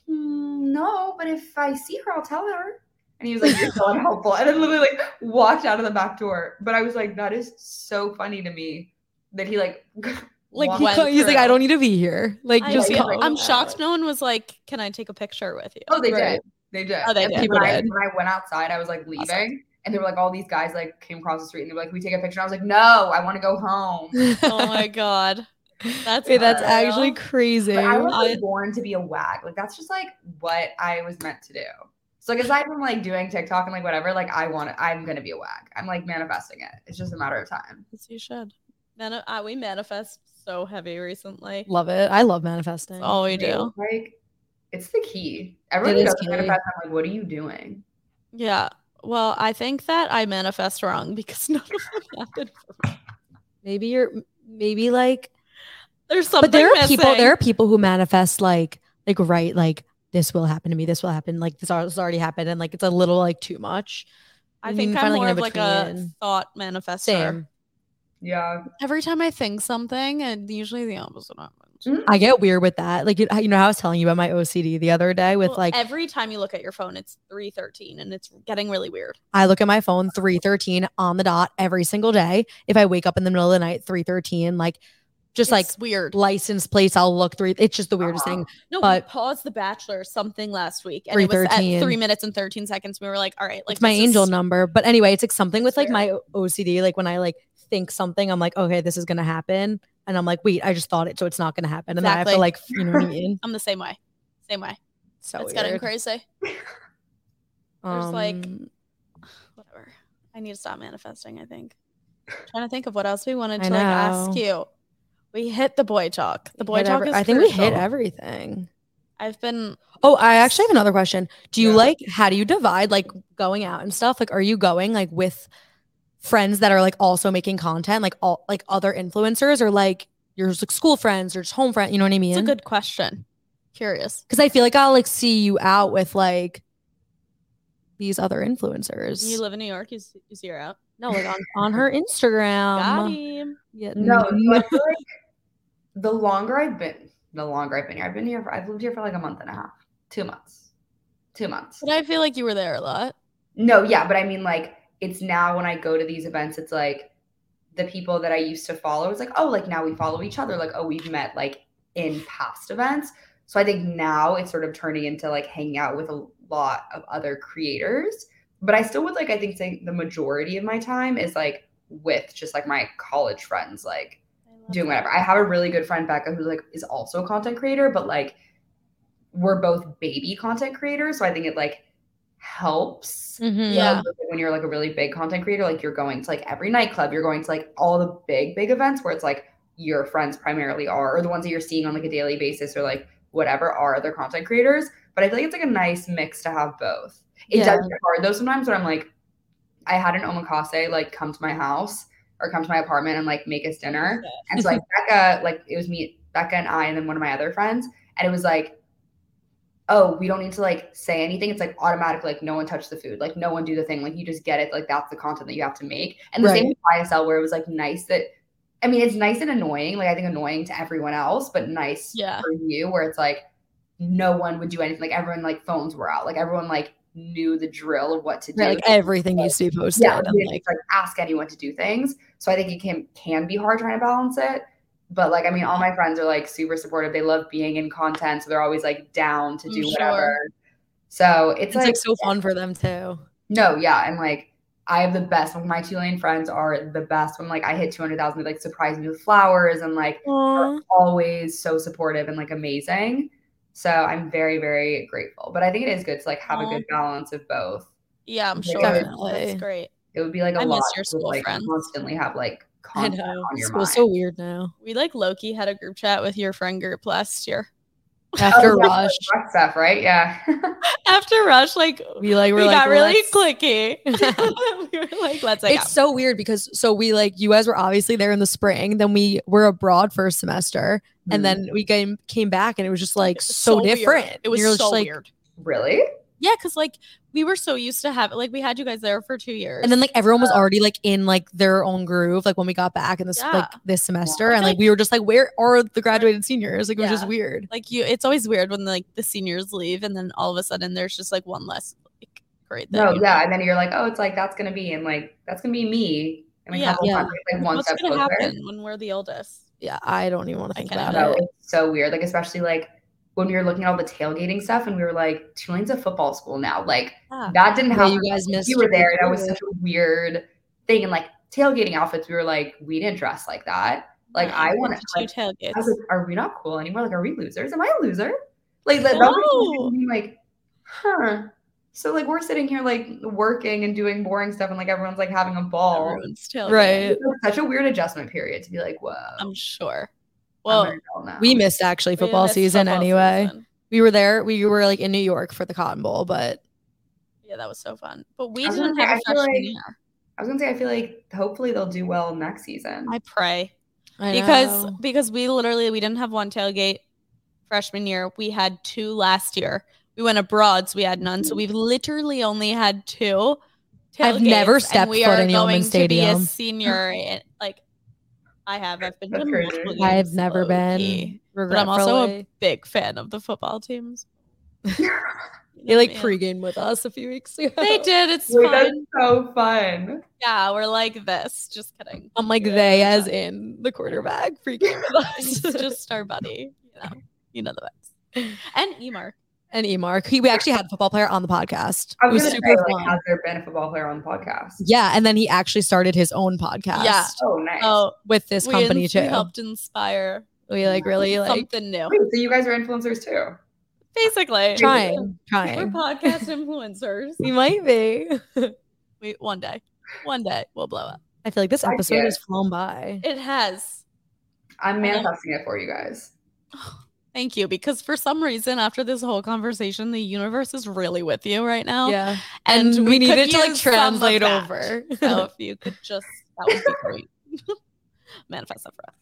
"Hmm, "No, but if I see her, I'll tell her." And he was like, "You're so unhelpful," and then literally like walked out of the back door. But I was like, "That is so funny to me that he like Like walked he went co- he's like, through." I don't need to be here. Like I just know. call. like, I'm shocked no one was like, Can I take a picture with you? Oh, they Right. did. They did. Oh, they And did. When I, People when I went outside, I was like leaving, and there were like all these guys like came across the street, and they were like, "Can "We take a picture." And I was like, "No, I want to go home." oh my god. That's Wait, that's unreal. actually crazy. But I was I- like, born to be a wag. Like that's just like what I was meant to do. So like aside from like doing TikTok and like whatever, like I want to I'm gonna be a wag. I'm like manifesting it. It's just a matter of time. Yes, you should. Mani- uh, we manifest so heavy recently. love it. I love manifesting. That's all we Right? do. Like it's the key. Everyone It who is does key. manifest, I'm like, what are you doing? Yeah. Well, I think that I manifest wrong because none of them happened. Maybe you're maybe like There's something. but there are people missing. there are people who manifest like like right like this will happen to me this will happen like this al- this already happened and like it's a little like too much I And think you I'm find, like, more an of like a in-between. thought manifester. same Yeah. Every time I think something, and usually the opposite happens. Mm, i get weird with that like you, you know i was telling you about my ocd the other day with Well, like every time you look at your phone, it's three thirteen, and it's getting really weird. i look at my phone 3.13 on the dot every single day if i wake up in the middle of the night 3.13 like just like It's weird. license place i'll look three it's just the weirdest Uh-huh. thing No, But- we paused The Bachelor or something last week, and it was at 3:13. three minutes and thirteen seconds. We were like, "All right, like it's my this angel is- number. But anyway, it's like something with like Fair. my O- OCD. Like when I like think something, I'm like, okay, this is gonna happen, and I'm like, wait, I just thought it, so it's not gonna happen, and then I have to Exactly. like, f- you know what I mean? I'm the same way, same way. So it's it's getting crazy. There's, like- Um, Whatever. I need to stop manifesting. I think. trying to think of what else we wanted to I like ask know. you. We hit the boy talk. The boy talk is. I think we hit crucial. everything. I've been Oh, I actually have another question. Do you Yeah. like how do you divide like going out and stuff? Like, are you going like with friends that are like also making content, like all like other influencers, or like your like school friends or just home friends? You know what I mean? It's a good question. Curious. because I feel like I'll like see you out with like these other influencers. You live in New York. You, s- you see her out. no, like on, on her Instagram. Got him. Yeah, Mm-hmm. No, n- so I feel like the longer I've been the longer I've been here. I've been here for I've lived here for like a month and a half. Two months. Two months. But I feel like you were there a lot. No, yeah, but I mean, like, it's now when I go to these events, it's like the people that I used to follow. It's like, oh, like now we follow each other. Like, oh, we've met like in past events. So I think now it's sort of turning into like hanging out with a lot of other creators. But I still would like, I think, say the majority of my time is like with just like my college friends, like doing whatever. I have a really good friend Becca who like is also a content creator, but like we're both baby content creators, so I think it like helps. Mhm. Yeah. Like, when you're like a really big content creator, like you're going to like every nightclub, you're going to like all the big big events where it's like your friends primarily are, or the ones that you're seeing on like a daily basis, or like whatever are other content creators. But I feel like it's like a nice mix to have both. It Yeah. does get hard though sometimes when I'm like, I had an omakase like come to my house or come to my apartment and like make us dinner. And so like Becca, like it was me, Becca and I, and then one of my other friends, and it was like, oh, we don't need to like say anything. It's like automatic, like no one touch the food, like no one do the thing, like you just get it, like that's the content that you have to make. And the same with YSL, where it was like nice that, I mean, it's nice and annoying. Like I think annoying to everyone else, but nice Yeah. for you, where it's like no one would do anything. Like everyone, like phones were out, like everyone like knew the drill of what to do Right, like everything used to be posted. yeah, and, like, you like, just, like ask anyone to do things. So I think it can can be hard trying to balance it. But like, I mean, all my friends are like super supportive. They love being in content, so they're always like down to I'm do Mm, sure. whatever. So it's, it's like, like, so fun for them too. no, yeah, and like I have the best. Like my two lane friends are the best. When like I hit two hundred thousand, they like surprise me with flowers and like are always so supportive and like amazing. So I'm very very grateful. But I think it is good to like have a Aw. good balance of both. Yeah, I'm Yeah. sure. Definitely. That's great. It would be like a I miss lot your to school like friends. constantly have like I content know. on your School's mind. so weird now. We like Loki had a group chat with your friend group last year. After Oh, yeah, Rush, Rough stuff, right? Yeah. After Rush, like we like we were like, got really "Let's-" clicky. we were like, let's like It's so weird because so we like you guys were obviously there in the spring. Then we were abroad for a semester, Mm. Mm. and then we came came back, and it was just like so, different. It was You're so just like, weird. really? Yeah, because like we were so used to have like we had you guys there for two years, And then like everyone was already like in like their own groove, like when we got back in this Yeah. like this semester, It's and like like- we were just like, where are the graduated seniors? Like it was Yeah. just weird. like you, it's always weird when like the seniors leave, and then all of a sudden there's just like one less like, grade. No, thing. yeah, and then you're like, oh, it's like that's gonna be, and like that's gonna be me. And Yeah. couple Yeah. months, it's, like one What's step gonna closer. happen when we're the oldest? Yeah, I don't even want to think kinda about know. it. So it's so weird. Like especially like when we were looking at all the tailgating stuff, and we were like, Tulane's a football school now. Like Yeah. that didn't How happen. you guys missed? you were there, and that was such a weird thing. And like tailgating outfits, we were like, we didn't dress like that. Like I we wanna- did like, two tailgates. I was like, are we not cool anymore? Like, are we losers? Am I a loser? Like that, that No. was me, like, huh. So like we're sitting here like working and doing boring stuff, and like everyone's like having a ball. Everyone's tailgating. Right. It's, like, such a weird adjustment period to be like, whoa. I'm sure. Um, I'm Well, an adult now. We missed actually we football missed season football anyway. season. We were there. We were like in New York for the Cotton Bowl, but Yeah, that was so fun. But we I was didn't gonna say, have a I feel freshman like- year. I was gonna say I feel like hopefully they'll do well next season. I pray I because know. because we literally we didn't have one tailgate freshman year. We had two last year. We went abroad, so we had none. So Mm. we've literally only had two. I've never tailgates, and stepped we foot are in Yeoman going to be a Stadium. senior. in- like I have, I've been to That's crazy. multiple I've games, never been. low-key. but I'm also a regretfully. big fan of the football teams. You they know like me. pregame with us a few weeks ago. They did. It's Wait, that's fun. so fun. Yeah, we're like this. Just kidding. I'm like Yeah. they as in the quarterback pregame with He's us. just our buddy, you know. You know the best. And Emar. and Emark. He, we actually had a football player on the podcast. I It was, was gonna super say, fun. like, has there been a football player on the podcast? yeah, and then he actually started his own podcast Yeah. Oh, nice. Oh, with this we company ins- too. We helped inspire We like really like something new. Wait, so you guys are influencers too? Basically, trying, We're trying. podcast influencers. We might be. we one day, one day we'll blow up. I feel like this I episode get has flown by. It has. I'm know. manifesting it for you guys. Thank you, because for some reason, after this whole conversation, the universe is really with you right now. Yeah, and, and we could needed to like use some of translate that. Oh, over. So if you could just, that would be great. Manifest that for us.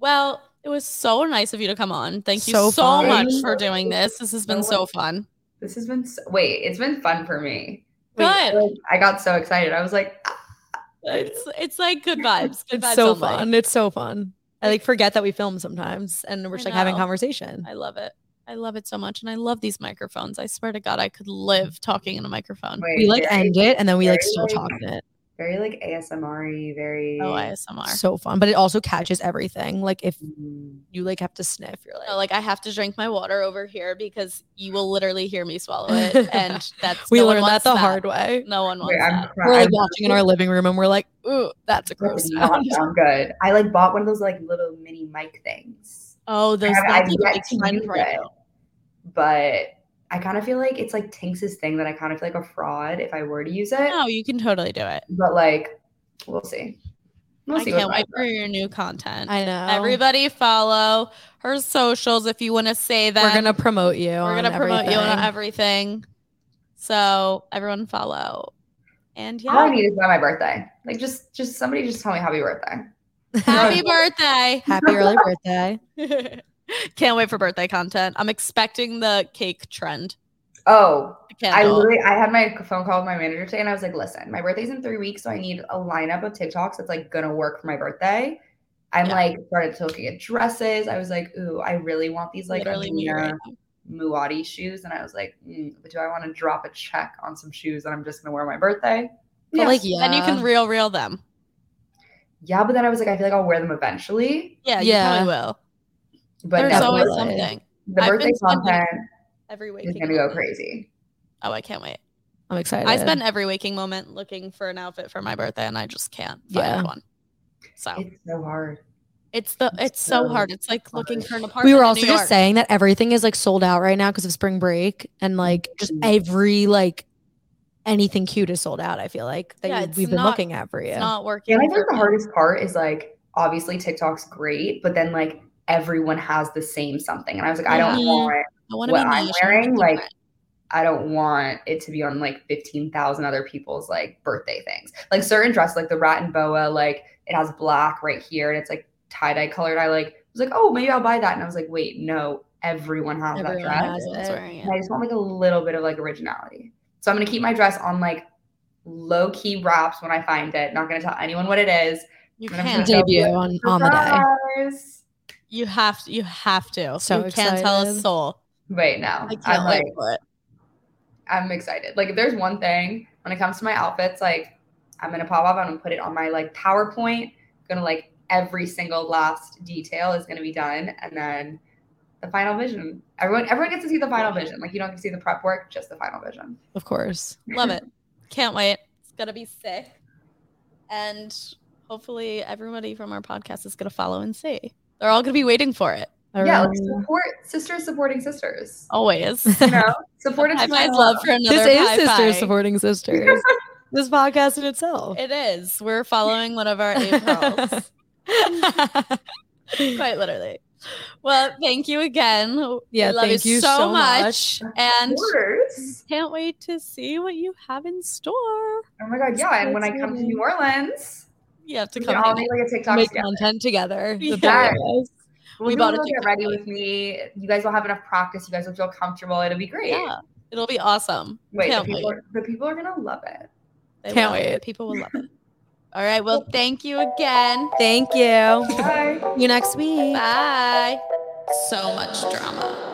Well, it was so nice of you to come on. Thank you so, So fun. much for doing this. This has been so fun. This has been so- wait, it's been fun for me. Good. Like, I got so excited. I was like, ah, It's it's like good vibes. Good it's vibes so only. fun. It's so fun. I like forget that we film sometimes, and we're I just like having know. conversation. I love it. I love it so much, and I love these microphones. I swear to God, I could live talking in a microphone. wait, We like very, end it, and then we like very, still like, talk in it. very like ASMR, very. Oh, ASMR. So fun, but it also catches everything. Like if Mm. you like have to sniff, you're like, No, like I have to drink my water over here because you will literally hear me swallow it, and that's we no one learned that wants the hard way. No one wants Wait, I'm, that. cry- We're like I'm- watching in our living room, and we're like, ooh, that's a that gross does not sound. sound good. I like bought one of those like little mini mic things, Oh, those have- that's like I've a yet big to trend use right it. now. but I kind of feel like it's like Tinks's thing that I kind of feel like a fraud if I were to use it. No, you can totally do it. But like, we'll see. We'll I see. what can't wait happens. for your new content. I know. Everybody follow her socials if you want to say that. we're gonna promote you. We're gonna on promote you on everything. everything. So everyone follow. And All I yeah, need is by my birthday. Like, just just somebody just tell me happy birthday. happy birthday. Happy early birthday. Can't wait for birthday content. I'm expecting the cake trend. Oh, The I candle. literally I had my phone call with my manager today, and I was like, "Listen, my birthday's in three weeks, so I need a lineup of TikToks that's like gonna work for my birthday." I'm Yeah. like started looking at dresses. I was like, "Ooh, I really want these like Literally me right Amina Muadi shoes," and I was like, mm, but "Do I want to drop a check on some shoes that I'm just gonna wear on my birthday?" But Yeah. like, yeah, And you can reel reel them. yeah, but then I was like, I feel like I'll wear them eventually. Yeah, Yeah. you probably will. But There's no, always definitely. something. the I've birthday been spending content Every waking is gonna go moment. crazy. Oh, I can't wait. I'm excited. I spend every waking moment looking for an outfit for my birthday and I just can't find Yeah. one. So It's so hard. it's the it's so so hard. It's like looking for an apartment. we were in also New just York. saying that everything is like sold out right now because of spring break and like just Mhm. every like anything cute is sold out. I feel like that Yeah, you- it's we've been not- looking at for you. it's not working. Yeah, and I think for the me. hardest part is like obviously TikTok's great, but then like everyone has the same something, and I was like, I don't Mhm. want, I want to be what I'm niche and wearing, different. like, I don't want it to be on like fifteen thousand other people's like birthday things. Like certain dress, like the rat and boa, like it has black right here, and it's like tie dye colored. I like was like, oh, maybe I'll buy that, and I was like, wait, no. everyone has Everyone that dress. has it. Everyone's wearing And it. I just want like a little bit of like originality. So I'm gonna keep my dress on like low key wraps when I find it. Not gonna tell anyone what it is. You I'm can't. gonna- Debut on, on the day. Surprise! You have to. You have to. So you can't tell a excited. soul. Wait, no, I can't I'm wait like for it. I'm excited. Like if there's one thing when it comes to my outfits, like I'm gonna pop up. I'm gonna put it on my like PowerPoint. Gonna like every single last detail is gonna be done, and then the final vision. Everyone, everyone gets to see the final vision. Like you don't get to see the prep work, just the final vision. Of course. Love it. Can't wait. It's gonna be sick. And hopefully everybody from our podcast is gonna follow and see. They're all gonna be waiting for it. Yeah, like Everyone- support sisters supporting sisters. Always. You know, support I each might other. love for another. this is Pi sisters Pi. supporting sisters. this podcast in itself. It is. We're following one of our eight pearls. quite literally. Well, thank you again. Yeah, we love thank you so so much, and Of course. can't wait to see what you have in store. Oh my god, yeah. And when I come to New Orleans, You have to we come. can all hang make out. like a TikTok Make together. content together. the three of Yes. us. We We bought bought a it. Get TikTok. ready with me. You guys will have enough practice. You guys will feel comfortable. It'll be great. Yeah, it'll be awesome. Wait, the can't people, the people are gonna love it. They Can't will. wait. People will love it. All right. Well, thank you again. Thank you. Bye. See you next week. Bye. So much drama.